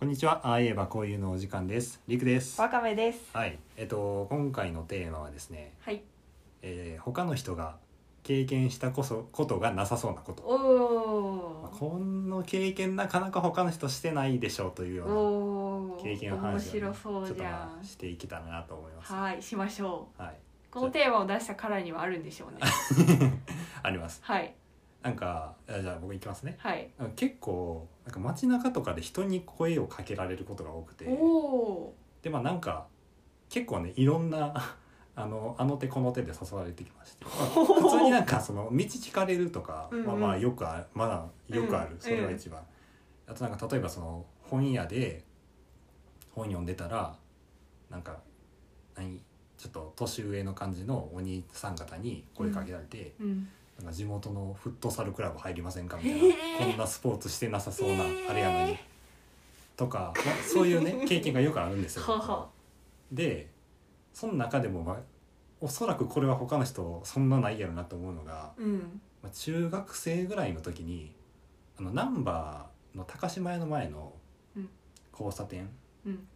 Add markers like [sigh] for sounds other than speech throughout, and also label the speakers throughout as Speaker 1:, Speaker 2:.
Speaker 1: こんにちは。ああ言えばこういうのお時間です。りくです。
Speaker 2: わかめです。
Speaker 1: はい。えっと今回のテーマはですね、
Speaker 2: はい。
Speaker 1: えー他の人が経験したこそことがなさそうなこと。
Speaker 2: お
Speaker 1: まあ
Speaker 2: お。
Speaker 1: この経験なかなか他の人してないでしょうという
Speaker 2: お
Speaker 1: よ
Speaker 2: お
Speaker 1: うな
Speaker 2: ー。
Speaker 1: 経験の
Speaker 2: 面
Speaker 1: 話をね、
Speaker 2: 白そう
Speaker 1: ち
Speaker 2: じ
Speaker 1: ょっと
Speaker 2: ゃ
Speaker 1: まあ
Speaker 2: ん。
Speaker 1: していけたらなと思います。
Speaker 2: はい、しましょ
Speaker 1: はい。
Speaker 2: う。このテーマを出したからにはあるんでしょ
Speaker 1: [laughs]
Speaker 2: うね。
Speaker 1: あります。
Speaker 2: はい。
Speaker 1: なんかあじゃあ僕行きますね。
Speaker 2: はい。
Speaker 1: あの結構なんか街中とかで人に声をかけられることが多くて
Speaker 2: お、お
Speaker 1: でまあなんか結構ねいろんな [laughs] あのあの手この手で誘われてきま
Speaker 2: [laughs]
Speaker 1: して、まあ普通になんかその道聞かれるとか、
Speaker 2: うんうん
Speaker 1: まあまあよくあまだよくある、
Speaker 2: うん
Speaker 1: それが一番、あとなんか例えばその本屋で本読んでたらなんか何ちょっと年上の感じのお兄さん方に声かけられて、
Speaker 2: ー。うん。
Speaker 1: なんか地元のフットサルクラブ入りませんかみたいな、
Speaker 2: へー
Speaker 1: こんなスポーツしてなさそうな
Speaker 2: へー
Speaker 1: あれやのに、とか、まあ、そういうね経験がよくあるんですよ。
Speaker 2: はは。
Speaker 1: でその中でも、まあ、おそらくこれは他の人そんなないやろなと思うのが、
Speaker 2: [laughs] うん。
Speaker 1: まあ、中学生ぐらいの時にあのナンバーの高島屋の前の
Speaker 2: うん
Speaker 1: 交差点
Speaker 2: うん。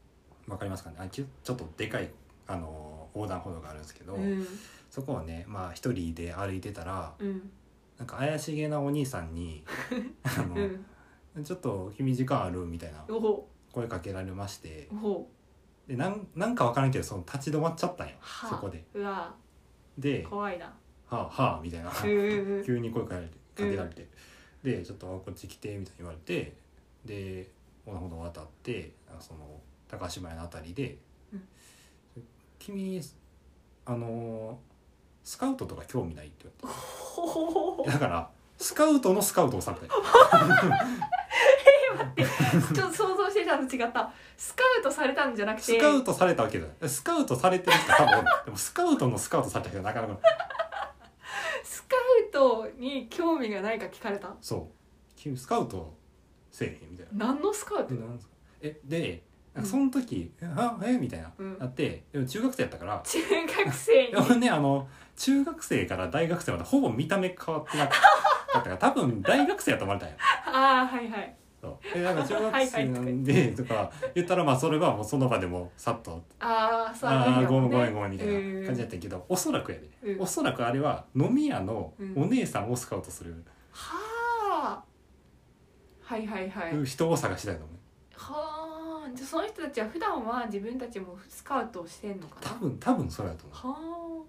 Speaker 1: わかりますかねあちょちょっとでかいあの横断歩道があるんですけど、
Speaker 2: うん。
Speaker 1: そこをねまあ一人で歩いてたら
Speaker 2: うん。
Speaker 1: なんか怪しげなお兄さん
Speaker 2: [laughs]
Speaker 1: に「あ
Speaker 2: う
Speaker 1: の
Speaker 2: ん。
Speaker 1: ちょっと君時間ある?」みたいな
Speaker 2: おお。
Speaker 1: 声かけられまして
Speaker 2: おお。
Speaker 1: でなんなんかわからんけどその立ち止まっちゃったんよ
Speaker 2: はあ
Speaker 1: そこで。
Speaker 2: うわ
Speaker 1: で
Speaker 2: ー。怖いな。
Speaker 1: はあはあみたいな
Speaker 2: うんうんうん
Speaker 1: 急に声かけられてかけられて、でちょっとあこっち来てみたいに言われてで横断歩道渡ってあその高島屋のあたりで「
Speaker 2: うん
Speaker 1: 君あのスカウトとか興味ない?」って言われて
Speaker 2: ほほほほ。
Speaker 1: だからスカウトのスカウトをされたよ
Speaker 2: [laughs] ちょっと想像してたのと違った。スカウトされたんじゃなく
Speaker 1: ス
Speaker 2: て。
Speaker 1: カウトされたわけじゃないスカウトされてる人多分おるでもスカウトのスカウトされた人はなかなか
Speaker 2: スカウトに興味がないか聞かれた。
Speaker 1: そう君スカウトせえへんみたいな
Speaker 2: 何のスカウト
Speaker 1: で。なんですかえでなんかその時「えあえみたいな、
Speaker 2: うん
Speaker 1: なってでも中学生やったから
Speaker 2: 中学生に。
Speaker 1: 俺ねあの中学生から大学生までほぼ見た目変わってなかったから多分大学生やと思われたんや
Speaker 2: ああはいはい
Speaker 1: そうでなんか中学生なんでとか言ったらまあそれはもうその場でもさっと
Speaker 2: あ
Speaker 1: 「
Speaker 2: あそう
Speaker 1: あ
Speaker 2: な
Speaker 1: あ
Speaker 2: だ
Speaker 1: ご
Speaker 2: も
Speaker 1: めん
Speaker 2: ね
Speaker 1: ごめんごめん」みたいな感じやっ
Speaker 2: うん
Speaker 1: たんやけどおそらくやで、
Speaker 2: うん
Speaker 1: おそらくあれは飲み屋のお姉さんをスカウトする
Speaker 2: はあはいはいはい、
Speaker 1: 人を探したいと思う
Speaker 2: はあじゃあその人たちは普段は自分たちもスカウトをしてんのか
Speaker 1: 多
Speaker 2: な
Speaker 1: 分多分それだと思
Speaker 2: は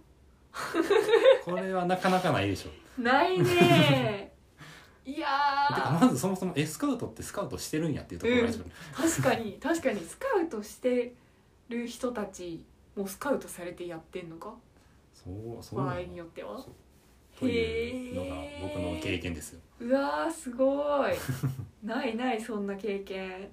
Speaker 1: うこれはなかなかないでしょ
Speaker 2: あな
Speaker 1: [laughs]
Speaker 2: いねーいや
Speaker 1: てか
Speaker 2: ー
Speaker 1: まずそもそもエスカウトってスカウトしてるんやっていうところが始まる、
Speaker 2: 確かに確かにスカウトしてる人たちもスカウトされてやってんのか
Speaker 1: そうそう
Speaker 2: 場
Speaker 1: な
Speaker 2: 合
Speaker 1: の
Speaker 2: によっては
Speaker 1: そう
Speaker 2: へ
Speaker 1: というのが
Speaker 2: え
Speaker 1: 僕の経験ですよ
Speaker 2: うわーすご
Speaker 1: [laughs]
Speaker 2: いないないそんな経験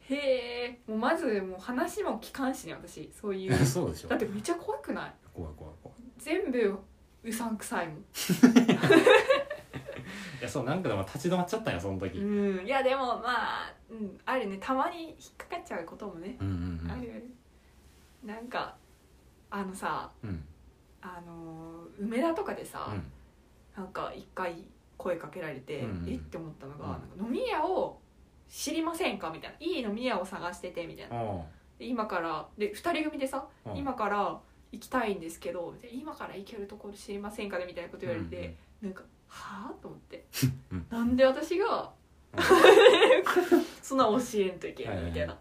Speaker 2: へえもうまずもう話も聞かんしね私そ
Speaker 1: [laughs]
Speaker 2: ういう
Speaker 1: そうでしょ
Speaker 2: だってめっちゃ怖くない
Speaker 1: 怖い怖い怖い
Speaker 2: 全部うさんくさいもん
Speaker 1: いやそうなんかでも立ち止まっちゃったんやその時、
Speaker 2: うんいやでもまあ、うん、あるねたまに引っかかっちゃうこともね、
Speaker 1: うん、うん
Speaker 2: あるあるなんかあのさ
Speaker 1: うんうん
Speaker 2: あのー梅田とかでさ、
Speaker 1: うん
Speaker 2: なんか一回声かけられて、
Speaker 1: うんうん
Speaker 2: えって思ったのが、
Speaker 1: うん
Speaker 2: なんか飲み屋を知りませんかみたいないい飲み屋を探しててみたいな
Speaker 1: あ
Speaker 2: で今からで2人組でさ、
Speaker 1: あああ
Speaker 2: 今から行きたいんですけどで今から行けるところ知りませんかねみたいなこと言われて、なんか「はあ?」と思って、
Speaker 1: うん
Speaker 2: なんで私が、
Speaker 1: うん
Speaker 2: [laughs] そんな教えんといけ
Speaker 1: はいはい
Speaker 2: ん
Speaker 1: はい
Speaker 2: みたいな。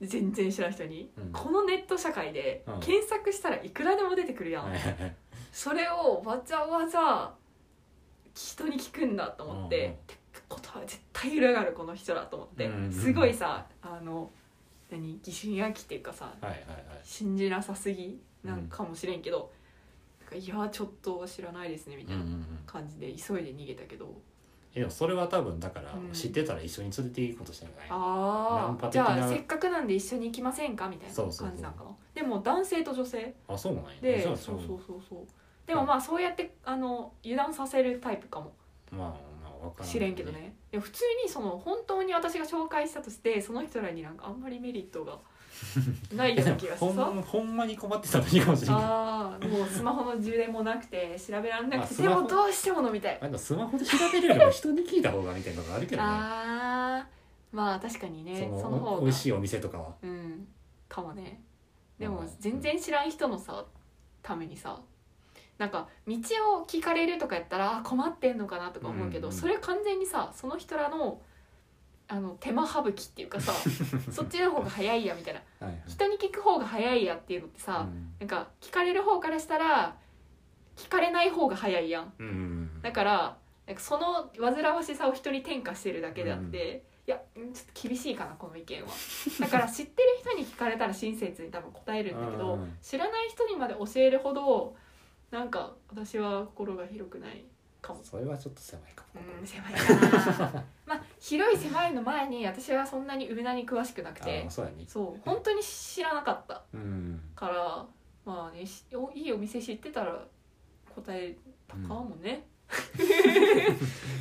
Speaker 2: で全然知らん人に、
Speaker 1: うん
Speaker 2: このネット社会で
Speaker 1: うん
Speaker 2: 検索したらいくらでも出てくるやん、
Speaker 1: うんはいはいはい
Speaker 2: それをわざわざ人に聞くんだと思って、
Speaker 1: うんうん
Speaker 2: ってことは絶対裏があるこの人だと思って、
Speaker 1: うんうん
Speaker 2: すごいさあの何疑心暗鬼っていうかさ
Speaker 1: はいはい
Speaker 2: 信じなさすぎなんかもしれんけど、なんかいやちょっと知らないですねみ
Speaker 1: う
Speaker 2: た
Speaker 1: ん
Speaker 2: い
Speaker 1: うんう
Speaker 2: なん感じで急いで逃げたけど、
Speaker 1: えでもそれは多分だから
Speaker 2: うん
Speaker 1: 知ってたら一緒に連れていくことしたんじゃない、ナ
Speaker 2: あ
Speaker 1: ンパ
Speaker 2: あ
Speaker 1: 的
Speaker 2: じ
Speaker 1: な
Speaker 2: ゃあせっかくなんで一緒に行きませんかみたいな
Speaker 1: そ
Speaker 2: 感
Speaker 1: うそうそう
Speaker 2: じなんかなでも男性と女性
Speaker 1: あそうなんや
Speaker 2: で
Speaker 1: じゃ
Speaker 2: そ
Speaker 1: あ
Speaker 2: うそうそうそうでもまあそうやってあの油断させるタイプかも
Speaker 1: まあまあわから
Speaker 2: 知れんけどねいや普通にその本当に私が紹介したとしてその人らになんかあんまりメリッ
Speaker 1: [laughs]
Speaker 2: トがない
Speaker 1: え
Speaker 2: よ
Speaker 1: で
Speaker 2: うな
Speaker 1: も
Speaker 2: 気が
Speaker 1: ほ
Speaker 2: してさ
Speaker 1: んほんまに困ってた時かもしれんけど
Speaker 2: ああもうスマホの充電もなくて調べられな
Speaker 1: あ
Speaker 2: くて
Speaker 1: ス
Speaker 2: で
Speaker 1: マホ
Speaker 2: もどうしても飲みたい
Speaker 1: あでもスマホで調べるよりも人に聞いた方がみたいなのがあるけどね
Speaker 2: あまあ確かにね
Speaker 1: そ
Speaker 2: そ
Speaker 1: の
Speaker 2: の方が
Speaker 1: 美味しいお店とかは
Speaker 2: うんかもねで
Speaker 1: う
Speaker 2: も
Speaker 1: ん
Speaker 2: 全然知らん人のさためにさなんか道を聞かれるとかやったらあ困ってんのかなとか思うけど、
Speaker 1: うんうん
Speaker 2: それ完全にさその人らのあの手間省きっていう
Speaker 1: [laughs]
Speaker 2: かさそっちの方が早いやみたいな
Speaker 1: はいはい
Speaker 2: 人に聞く方が早いやっていうのってさ、なんか聞かれる方からしたら聞かれない方が早いやん
Speaker 1: うんうん
Speaker 2: だからなんかその煩わしさを人に転嫁してるだけであって、いやうんちょっと厳しいかなこの意見は [laughs] だから知ってる人に聞かれたら親切に多分答えるんだけど、
Speaker 1: うん
Speaker 2: 知らない人にまで教えるほどなんか私は心が広くない
Speaker 1: [laughs]
Speaker 2: かも。
Speaker 1: それはちょっと狭いかも、
Speaker 2: うん、狭いかなまあ広い狭いの前に私はそんなにウナに詳しくなく
Speaker 1: あ
Speaker 2: て
Speaker 1: あそうやね
Speaker 2: そう本当に知らなかった
Speaker 1: うん
Speaker 2: からまあねしおいいお店知ってたら答えたかもね、 [laughs]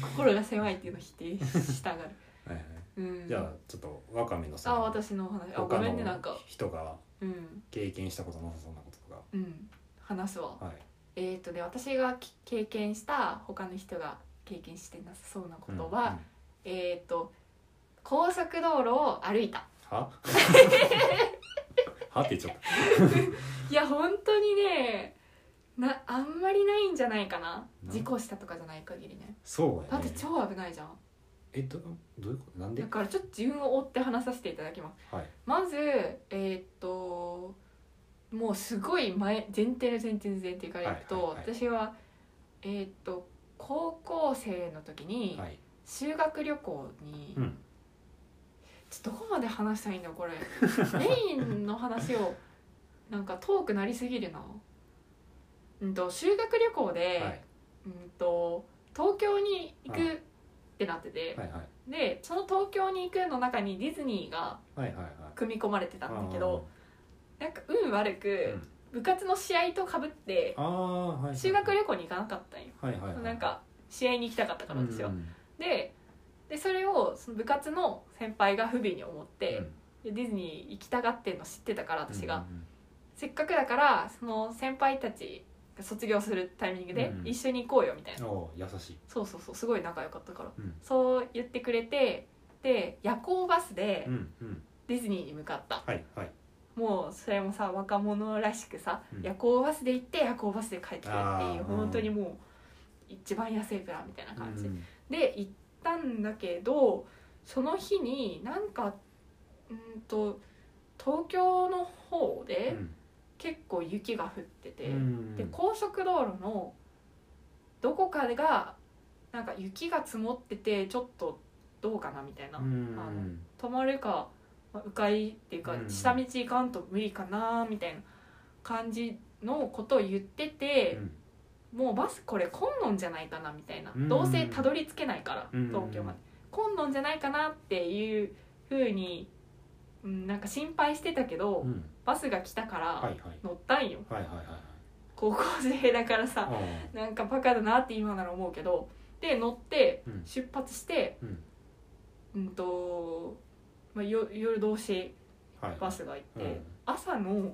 Speaker 2: 心が狭いっていうのを否定したがる、
Speaker 1: はいはい
Speaker 2: うん、
Speaker 1: じゃあちょっとわかめのさ
Speaker 2: あ私のお話あご
Speaker 1: 他
Speaker 2: めんねなん
Speaker 1: の
Speaker 2: か
Speaker 1: 人が
Speaker 2: うん
Speaker 1: 経験したことなさそうなことと
Speaker 2: うん話すわ
Speaker 1: かはい
Speaker 2: えっ、とね私がき経験した他の人が経験してなさそうなことは、えっ、と高速道路を歩いた
Speaker 1: うん
Speaker 2: [laughs]
Speaker 1: ははって言っちゃっ
Speaker 2: いや本当にねなあんまりないんじゃないかな
Speaker 1: な
Speaker 2: 事故したとかじゃない限りね
Speaker 1: たそう
Speaker 2: だ
Speaker 1: や
Speaker 2: っ
Speaker 1: ね
Speaker 2: て超危ないじゃん
Speaker 1: えどどういうことなんで
Speaker 2: だからちょっと順を追って話させていただきます
Speaker 1: はい
Speaker 2: まずえーっともうすごい前前提の前提の前提からいくと、
Speaker 1: はいはいは
Speaker 2: 私はえーっと高校生の時に
Speaker 1: はい
Speaker 2: 修学旅行に、
Speaker 1: うん
Speaker 2: ちょっとどこまで話したらいいんだ
Speaker 1: [laughs]
Speaker 2: これメインの話をなんか遠くなりすぎるなうんと修学旅行で、
Speaker 1: はい
Speaker 2: うんと東京に行く
Speaker 1: は
Speaker 2: ってなってて、
Speaker 1: はいはい
Speaker 2: でその東京に行くの中にディズニーが
Speaker 1: はいはいはい
Speaker 2: 組み込まれてたんだけどなんか運悪く
Speaker 1: うん
Speaker 2: 部活の試合とかぶって
Speaker 1: ああはいはい
Speaker 2: 修学旅行に行かなかったんよ
Speaker 1: はいはいはい
Speaker 2: なんか試合に行きたかったからですよ
Speaker 1: うん
Speaker 2: ででそれをその部活の先輩が不備に思って
Speaker 1: うん
Speaker 2: でディズニー行きたがってんの知ってたから私
Speaker 1: う
Speaker 2: が
Speaker 1: んうん
Speaker 2: せっかくだからその先輩たちが卒業するタイミングで
Speaker 1: うん
Speaker 2: 一緒に行こうよみたい
Speaker 1: うん
Speaker 2: な
Speaker 1: おー優しい
Speaker 2: そうそうそうすごい仲良かったから
Speaker 1: うん
Speaker 2: そう言ってくれてで夜行バスで
Speaker 1: うんうん
Speaker 2: ディズニーに向かった
Speaker 1: はいはい
Speaker 2: もうそれもさ若者らしくさ、
Speaker 1: うん
Speaker 2: 夜行バスで行って夜行バスで帰ってくるってい
Speaker 1: あー
Speaker 2: う本当にもう一番安いプランみたいな感じ、
Speaker 1: うん
Speaker 2: で行ったんだけどその日になんかうんと東京の方
Speaker 1: う
Speaker 2: で
Speaker 1: ん
Speaker 2: 結構雪が降ってて、
Speaker 1: うん
Speaker 2: で高速道路のどこかがなんか雪が積もっててちょっとどうかなみたいな、
Speaker 1: うん
Speaker 2: あの泊まるか、まあ、迂回っていうか
Speaker 1: うん
Speaker 2: 下道行かんと無理かなみたいな感じのことを言ってて、もうバスこれ混んのんじゃないかなみたいな、
Speaker 1: うん
Speaker 2: どうせたどり着けないから、
Speaker 1: うん
Speaker 2: 東京まで混んのんじゃないかなっていうふうに、うん、なんか心配してたけど、
Speaker 1: うんうん
Speaker 2: バスが来たか
Speaker 1: はい
Speaker 2: ら
Speaker 1: はい
Speaker 2: 乗ったんよ、
Speaker 1: はいはいはいはい
Speaker 2: 高校生だからさ
Speaker 1: あ
Speaker 2: なんかバカだなって今なら思うけどで乗って
Speaker 1: ーうん
Speaker 2: 出発して
Speaker 1: うん
Speaker 2: うんと、まあ、よ夜通し
Speaker 1: はい
Speaker 2: バスが行って、
Speaker 1: うん
Speaker 2: 朝の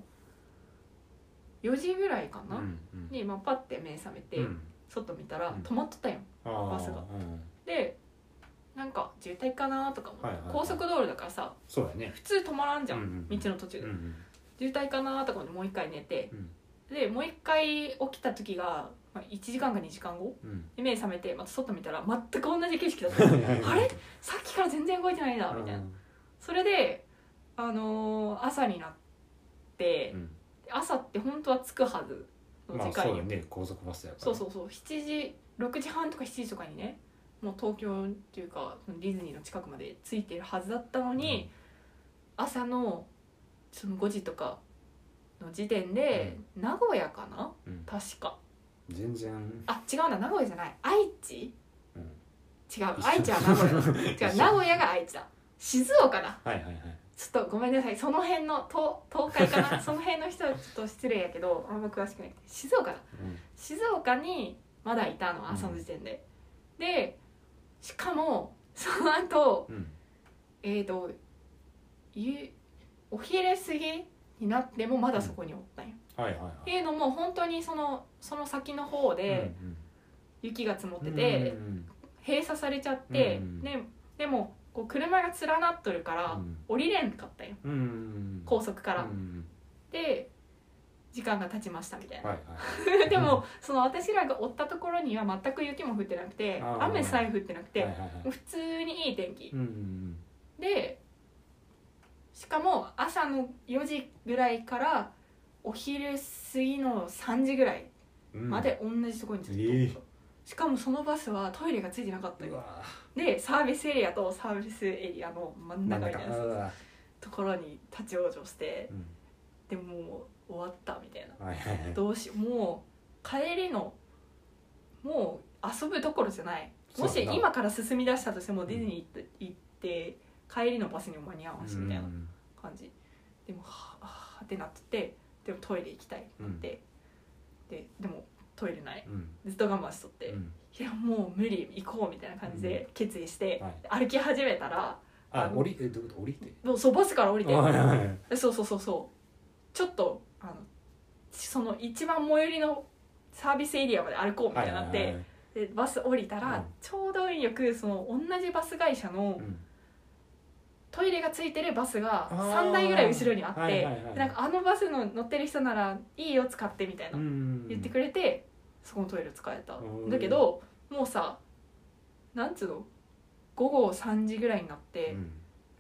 Speaker 2: 4時ぐらいかな、
Speaker 1: うんうん
Speaker 2: に、まあ、パッて目覚めて、
Speaker 1: うん
Speaker 2: 外見たら
Speaker 1: うん
Speaker 2: 止まっとったんよ
Speaker 1: あー
Speaker 2: バスが
Speaker 1: うん
Speaker 2: でなんか渋滞かなとかも、
Speaker 1: はいはいはい
Speaker 2: 高速道路だからさ
Speaker 1: そうだね
Speaker 2: 普通止まらんじゃん、
Speaker 1: うんうんうん
Speaker 2: 道の途中で、
Speaker 1: うん
Speaker 2: 渋滞かなとか思ってもう一回寝て
Speaker 1: うん
Speaker 2: でもう一回起きた時が、まあ、1時間か2時間後
Speaker 1: うん
Speaker 2: で目覚めてまた外見たら全く同じ景色
Speaker 1: [laughs]
Speaker 2: だった
Speaker 1: うん
Speaker 2: [laughs] あれさっきから全然動いてないなみたいなそれであのー朝になって
Speaker 1: う、ん
Speaker 2: 朝って本当は着くはずの
Speaker 1: まあ
Speaker 2: 時間
Speaker 1: そう
Speaker 2: よ
Speaker 1: だね高速バスやから
Speaker 2: そうそうそう7時6時半とか7時とかにねもう東京っていうかそのディズニーの近くまで着いてるはずだったのに、朝のその5時とかの時点で、名古屋かな
Speaker 1: うん
Speaker 2: 確か
Speaker 1: 全然
Speaker 2: あ違うな名古屋じゃない愛知
Speaker 1: うん
Speaker 2: 違う愛知は
Speaker 1: [laughs]
Speaker 2: 名古屋だ違う名古屋が愛知だ静岡だ
Speaker 1: はいはいはい
Speaker 2: ちょっとごめんなさいその辺の東東海かなその辺の人はちょっと失礼やけどあんま詳しくなくて静岡だ
Speaker 1: うん
Speaker 2: 静岡にまだいたの朝の時点で、でしかもその後
Speaker 1: うん
Speaker 2: えー、とゆお昼過ぎになってもまだそこにおったんよ、
Speaker 1: はいはい
Speaker 2: っ
Speaker 1: は
Speaker 2: て
Speaker 1: い
Speaker 2: いうのも本当にそのその先の方で雪が積もってて、
Speaker 1: うんうん
Speaker 2: 閉鎖されちゃって、
Speaker 1: うん
Speaker 2: ででもこう車が連なっとるから
Speaker 1: うん
Speaker 2: 降りれんかったよ
Speaker 1: うん
Speaker 2: 高速から、
Speaker 1: うん
Speaker 2: で時間が経ちましたみたいな、
Speaker 1: はいはい
Speaker 2: でもその私らが追ったところには全く雪も降ってなくて
Speaker 1: あー
Speaker 2: 雨さえ降ってなくて、
Speaker 1: はいはいはい
Speaker 2: 普通にいい天気
Speaker 1: うんうん
Speaker 2: でしかも朝の4時ぐらいからお昼過ぎの3時ぐらい
Speaker 1: うん
Speaker 2: まで同じところにずっと、
Speaker 1: えー
Speaker 2: しかもそのバスはトイレがついてなかった
Speaker 1: う
Speaker 2: よ
Speaker 1: わ
Speaker 2: でサービスエリアとサービスエリアの真ん
Speaker 1: な
Speaker 2: 中
Speaker 1: んだ
Speaker 2: み
Speaker 1: か
Speaker 2: たいな
Speaker 1: うわ
Speaker 2: ところに立ち往生して
Speaker 1: うん
Speaker 2: でももう終わったみたいな
Speaker 1: はいはいはい
Speaker 2: どうしもう帰りのもう遊ぶどころじゃない
Speaker 1: そ
Speaker 2: もし
Speaker 1: うだな
Speaker 2: 今から進み出したとしてもディズニー行って行って帰りのバスにも間に合わんしみたいな
Speaker 1: うん
Speaker 2: 感じでもはあはあってなっててでもトイレ行きたいってなって、ででもトイレない
Speaker 1: うん
Speaker 2: ずっと我慢しとって、
Speaker 1: う
Speaker 2: い
Speaker 1: ん
Speaker 2: やもう無理行こうみたいな感じで決意して、歩き始めたらあ
Speaker 1: あ
Speaker 2: の
Speaker 1: 降りえどういうこと降りて
Speaker 2: もうそうバスから降りて
Speaker 1: はいはいはい
Speaker 2: そうそうそうそうちょっとあのその一番最寄りのサービスエリアまで歩こうみたいになって、
Speaker 1: はいはいはい
Speaker 2: でバス降りたら、
Speaker 1: うん
Speaker 2: ちょうどよくその同じバス会社の
Speaker 1: うん
Speaker 2: トイレがついてるバスが
Speaker 1: あー
Speaker 2: 3台ぐらい後ろにあって
Speaker 1: はいはいはい
Speaker 2: でなんかあのバスの乗ってる人ならいいよ使ってみたいな、
Speaker 1: うん
Speaker 2: 言ってくれてそこのトイレ使えた
Speaker 1: うん
Speaker 2: だけどもうさなんつうの午後3時ぐらいになって、
Speaker 1: うん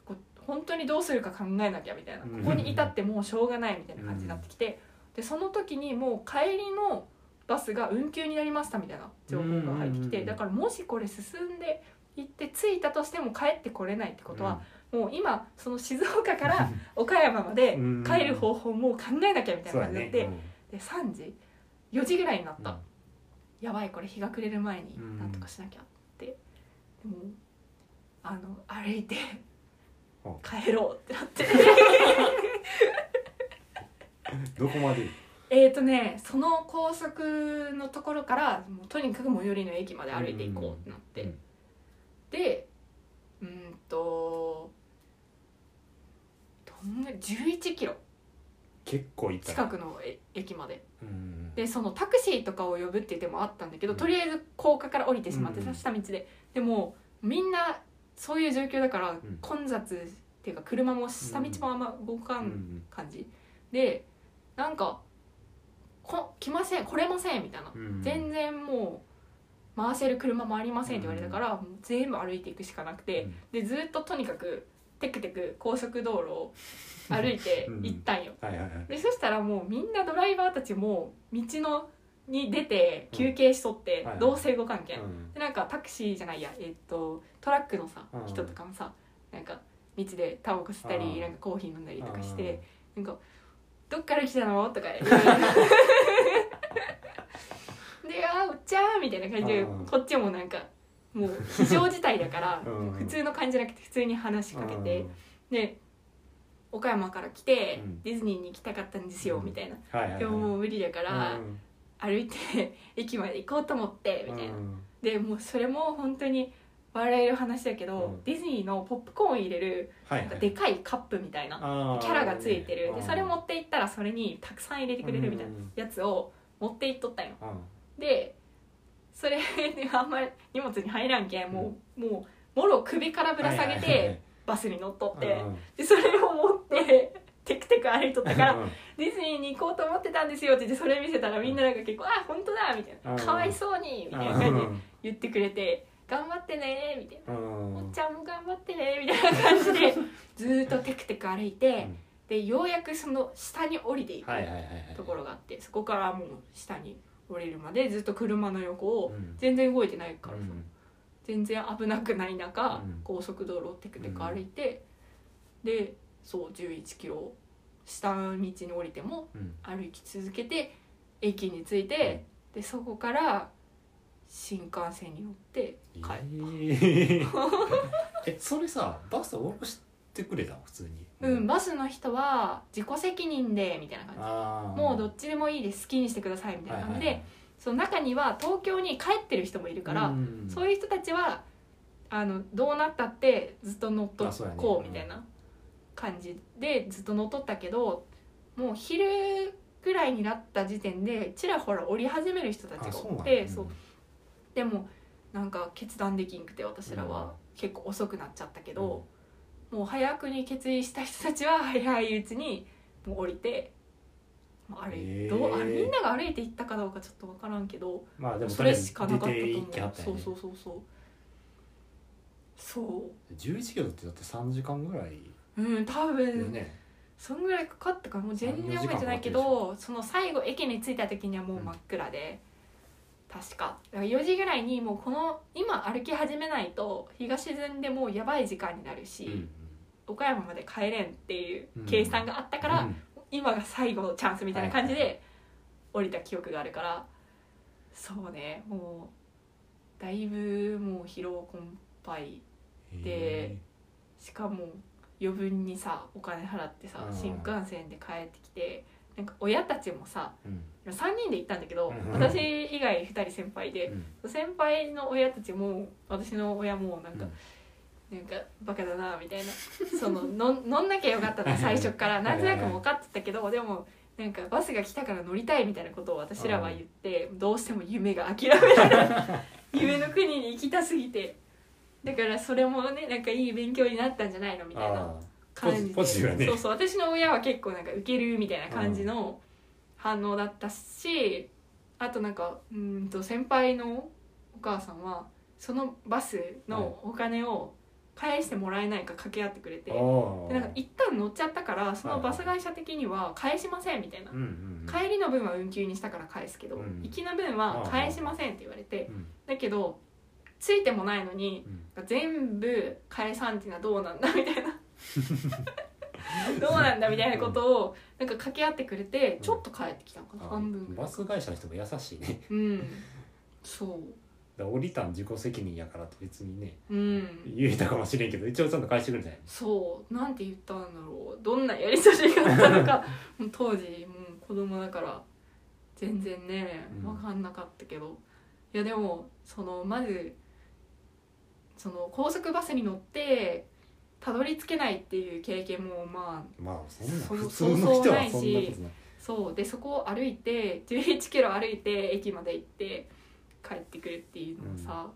Speaker 2: こう本当にどうするか考えなきゃみたいな
Speaker 1: うん
Speaker 2: ここに至ってもうしょうがないみたいな感じになってきて、でその時にもう帰りのバスが運休になりましたみたいな情報が入ってきて、
Speaker 1: うん
Speaker 2: だからもしこれ進んで行って着いたとしても帰ってこれないってことは、もう今その静岡から岡山まで
Speaker 1: うん
Speaker 2: 帰る方法もう考えなきゃみたい
Speaker 1: そ
Speaker 2: な
Speaker 1: うだ
Speaker 2: 感じにな
Speaker 1: ね
Speaker 2: って、で3時4時ぐらいになった、やばいこれ日が暮れる前に
Speaker 1: うん
Speaker 2: なんとかしなきゃって、でもあの歩いて
Speaker 1: ほ
Speaker 2: 帰ろうってなって
Speaker 1: [laughs] うんどこまで
Speaker 2: えっとねその高速のところからもうとにかく最寄りの駅まで歩いていこうってなって、
Speaker 1: うん
Speaker 2: でうーんとどんぐらい11キロ
Speaker 1: 結構行った
Speaker 2: 近
Speaker 1: ら
Speaker 2: くのえ駅まで
Speaker 1: うん
Speaker 2: でそのタクシーとかを呼ぶっていう手もあったんだけど、とりあえず高架から降りてしまって、
Speaker 1: うん
Speaker 2: 下道ででもみんなそういう状況だから、
Speaker 1: ん
Speaker 2: 混雑っていうか車も下道もあんま動か
Speaker 1: うんん
Speaker 2: 感じ、でなんか「こ来ません来れません」みたいな、
Speaker 1: うん
Speaker 2: 全然もう回せる車もありませんって言われたから、もう全部歩いていくしかなくて、
Speaker 1: うん
Speaker 2: でずっととにかくテクテク高速道路を歩いて行ったんよ、
Speaker 1: はいはいはい
Speaker 2: でそしたらもうみんなドライバーたちも道のに出て休憩しとって、
Speaker 1: うんはいはい
Speaker 2: 同性互換系、
Speaker 1: うん
Speaker 2: でなんかタクシーじゃないやえっとトラックのさ、
Speaker 1: うん
Speaker 2: 人とかもさなんか道でタバコ吸ったり、
Speaker 1: うん
Speaker 2: なんかコーヒー飲んだりとかし
Speaker 1: うん
Speaker 2: て、なんか「どっから来たの?」とか
Speaker 1: [laughs]
Speaker 2: 言ってで「あおっちゃん」みたいな感じで、
Speaker 1: うん
Speaker 2: こっちもなんかもう非常事態だから、
Speaker 1: [laughs] うん
Speaker 2: 普通の感じじゃなくて普通に話しかけて。
Speaker 1: うん
Speaker 2: で岡山から来て、
Speaker 1: うん
Speaker 2: ディズニーに行きたかったんですよ、
Speaker 1: うん
Speaker 2: みたいな
Speaker 1: はいはいはい
Speaker 2: でももう無理だから、
Speaker 1: うん
Speaker 2: 歩いて駅まで行こうと思ってみたいな、
Speaker 1: うん
Speaker 2: でもうそれも本当に笑える話だけど、
Speaker 1: うん
Speaker 2: ディズニーのポップコーンを入れる
Speaker 1: はい
Speaker 2: な
Speaker 1: はい
Speaker 2: んかでかいカップみたいな、キャラがついてるでそれ持って行ったらそれにたくさん入れてくれるみたいなやつを持って行っとったんよ
Speaker 1: な
Speaker 2: でそれであんまり荷物に入らんけんもう、もうもろ首からぶら下げてバスに乗っとって。でそれを持ってテクテク歩いとったからディズニーに行こうと思ってたんですよって言ってそれ見せたらみんななんか結構「あ本当だ」みたいな
Speaker 1: う
Speaker 2: 「
Speaker 1: ん
Speaker 2: かわいそうに」みたいな感じで言ってくれて「頑張ってね」みたいな。おっちゃんも頑張ってねみたいな感じでずーっとテクテク歩いてでようやくその下に降りていく
Speaker 1: はいはいはいはい
Speaker 2: ところがあってそこからもう下に降りるまでずっと車の横を
Speaker 1: うん
Speaker 2: 全然動いてないから
Speaker 1: う
Speaker 2: さ
Speaker 1: ん
Speaker 2: 全然危なくない中、
Speaker 1: うん
Speaker 2: 高速道路をテクテク歩いて、でそう11キロ下道に降りても
Speaker 1: うん
Speaker 2: 歩き続けて駅に着いて、でそこから新幹線に乗って帰る、
Speaker 1: えー
Speaker 2: [laughs]
Speaker 1: えそれさバス降ろしてくれたの普通に
Speaker 2: うん、バスの人は自己責任でみたいな感
Speaker 1: あ
Speaker 2: じ
Speaker 1: ー
Speaker 2: もうどっちでもいいです好きにしてくださいみたいな感じで、
Speaker 1: はいはい
Speaker 2: その中には東京に帰ってる人もいるから、
Speaker 1: うん
Speaker 2: そういう人たちはあのどうなったってずっと乗っと
Speaker 1: あそうやね
Speaker 2: こうみたいな感じでずっと乗っとったけどもう昼ぐらいになった時点でちらほら降り始める人たち
Speaker 1: あ
Speaker 2: が
Speaker 1: そう
Speaker 2: お
Speaker 1: な
Speaker 2: っ
Speaker 1: ん
Speaker 2: て
Speaker 1: だ
Speaker 2: そうでもなんか決断できんくて私らは結構遅くなっちゃったけど、もう早くに決意した人たちは早いうちにもう降りて。まあ歩い
Speaker 1: へえ
Speaker 2: どうあみんなが歩いて行ったかどうかちょっと分からんけど、
Speaker 1: まあでも
Speaker 2: そ
Speaker 1: とりあ
Speaker 2: れ
Speaker 1: え
Speaker 2: し
Speaker 1: ず
Speaker 2: か
Speaker 1: 出
Speaker 2: なかったと
Speaker 1: て
Speaker 2: 思
Speaker 1: いきはった
Speaker 2: う、
Speaker 1: よね
Speaker 2: そうそうそうそうそ
Speaker 1: 11キロってだって3時間ぐらい
Speaker 2: うん、うん、多
Speaker 1: だよ
Speaker 2: 分、
Speaker 1: ね、
Speaker 2: そんぐらいかかったからもう全然覚えてないけ
Speaker 1: あ四時間か
Speaker 2: どその最後駅に着いた時にはもう真っ暗で、確かだから4時ぐらいにもうこの今歩き始めないと日が沈んでもうやばい時間になるし、
Speaker 1: うんうん
Speaker 2: 岡山まで帰れんっていう
Speaker 1: うん
Speaker 2: 計算があったから、
Speaker 1: うん
Speaker 2: 今が最後のチャンスみたいな感じ
Speaker 1: はい
Speaker 2: で降りた記憶があるからそうねもうだいぶもう疲労困憊
Speaker 1: へ
Speaker 2: しかも余分にさお金払ってさ
Speaker 1: うん
Speaker 2: 新幹線で帰ってきてなんか親たちもさ
Speaker 1: ーうん
Speaker 2: 3人で行ったんだけど
Speaker 1: うん
Speaker 2: 私以外2人先輩で
Speaker 1: うん
Speaker 2: 先輩の親たちも私の親もなん
Speaker 1: う
Speaker 2: か
Speaker 1: ん
Speaker 2: なんかバカだなみたいなその [laughs] の飲んなきゃよかったな最初からなんとなくも分かってたけどでもなんかバスが来たから乗りたいみたいなことを私らは言ってどうしても夢が諦められない
Speaker 1: [laughs]
Speaker 2: 夢の国に行きたすぎてだからそれもねなんかいい勉強になったんじゃないのみたいな
Speaker 1: あ
Speaker 2: 感じで
Speaker 1: ポジポジティブだね
Speaker 2: そうそう私の親は結構なんか受けるみたいな感じの反応だったしあとなんかうーんと先輩のお母さんはそのバスのお金を返してもらえないか掛け合ってくれて、
Speaker 1: ーお
Speaker 2: でなんか一旦乗っちゃったからそのバス会社的には返しませんみたいな、
Speaker 1: 帰
Speaker 2: 帰りの分は運休にしたから返すけど、
Speaker 1: うん
Speaker 2: 行きの分は返しませんって言われて、
Speaker 1: うん
Speaker 2: だけどついてもないのに
Speaker 1: うん
Speaker 2: 全部返さんっていうのはどうなんだみた
Speaker 1: [laughs]
Speaker 2: いなどうなんだみたいなことをなんか掛け合ってくれて
Speaker 1: うん
Speaker 2: ちょっと帰ってきたのかな、
Speaker 1: あ
Speaker 2: 半分ぐら
Speaker 1: バ
Speaker 2: い
Speaker 1: ス会社の人も優しいね [laughs] だか
Speaker 2: うんそ
Speaker 1: ら降りたん自己責任やからって別にね
Speaker 2: ううん
Speaker 1: 言えたかもしれんけど一応ちゃんと返してくれたんや
Speaker 2: そうなんて言ったんだろうどんなやりとりがあった
Speaker 1: [laughs]
Speaker 2: のかもう当時もう子供だから全然ね
Speaker 1: うん
Speaker 2: 分かんなかったけど、いやでもそのまずその高速バスに乗ってたどり着けないっていう経験もまあ
Speaker 1: まあそんな
Speaker 2: そう
Speaker 1: 普通の人はそ
Speaker 2: そうんそう
Speaker 1: な
Speaker 2: ない
Speaker 1: こ
Speaker 2: し
Speaker 1: とない
Speaker 2: そうでそこを歩いて11キロ歩いて駅まで行って帰ってくるっていうのをさ、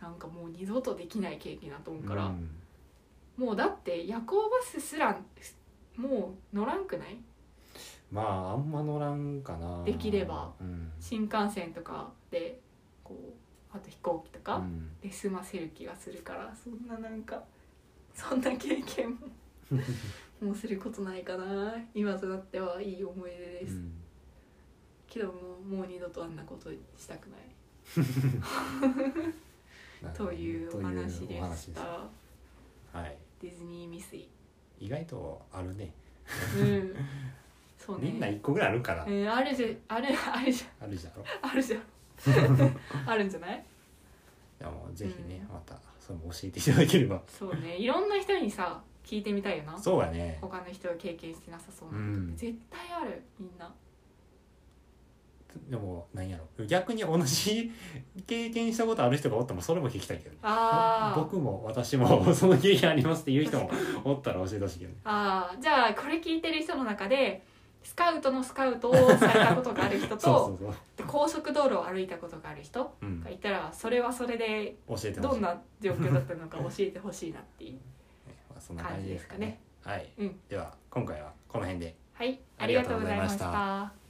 Speaker 2: なんかもう二度とできない経験だと思うから、
Speaker 1: うん
Speaker 2: もうだって夜行バスすらもう乗らんくない
Speaker 1: まああんま乗らんかな
Speaker 2: できれば
Speaker 1: うん
Speaker 2: 新幹線とかでこうあと飛行機と
Speaker 1: う
Speaker 2: か
Speaker 1: ん
Speaker 2: で済ませる気がするからそんななんかそんな経験
Speaker 1: [laughs]
Speaker 2: ももうすることないかな今となってはいい思い出です、
Speaker 1: うん
Speaker 2: けどもうもう二度とあんなことしたくない
Speaker 1: なるほど
Speaker 2: というお話
Speaker 1: と
Speaker 2: で
Speaker 1: いうお話
Speaker 2: し
Speaker 1: で
Speaker 2: た
Speaker 1: すはい
Speaker 2: ディズニー未遂
Speaker 1: 意外とあるね [laughs]
Speaker 2: うんそうね
Speaker 1: みんな一個ぐらいあるから
Speaker 2: うん、あるじゃあるあるじ
Speaker 1: あるじゃろ
Speaker 2: ゃあるじ
Speaker 1: [laughs]
Speaker 2: ゃあるんじゃない
Speaker 1: いやもうぜひねまたそれも教えていただければ
Speaker 2: そうねいろんな人にさ聞いてみたいよな
Speaker 1: そうやね
Speaker 2: 他の人が経験してなさそうな、
Speaker 1: うん
Speaker 2: 絶対あるみんな
Speaker 1: でもなんやろ逆に同じ経験したことある人がおったもそれも聞きたいけどね
Speaker 2: あー
Speaker 1: 僕も私も [laughs] その経験ありますっていう人も [laughs] おったら教えてほしいけどね
Speaker 2: あーじゃあこれ聞いてる人の中でスカウトのス
Speaker 1: [laughs]
Speaker 2: カウトをされたことがある人と
Speaker 1: そうそう
Speaker 2: 高速道路を歩いたことがある人
Speaker 1: そう、うん
Speaker 2: が、いたらそれはそれで
Speaker 1: 教えてほ
Speaker 2: ど
Speaker 1: しい
Speaker 2: んな状況だったのか教えてほしいなっていう
Speaker 1: まあそんな
Speaker 2: 感
Speaker 1: 感
Speaker 2: じ
Speaker 1: じ
Speaker 2: で
Speaker 1: ですす
Speaker 2: か
Speaker 1: か
Speaker 2: ね
Speaker 1: ね。はい、
Speaker 2: うん
Speaker 1: では今回はこの辺で
Speaker 2: はい、あ
Speaker 1: あり
Speaker 2: りが
Speaker 1: が
Speaker 2: と
Speaker 1: と
Speaker 2: う
Speaker 1: うご
Speaker 2: ござ
Speaker 1: ざ
Speaker 2: い
Speaker 1: い
Speaker 2: ま
Speaker 1: ま
Speaker 2: し。
Speaker 1: した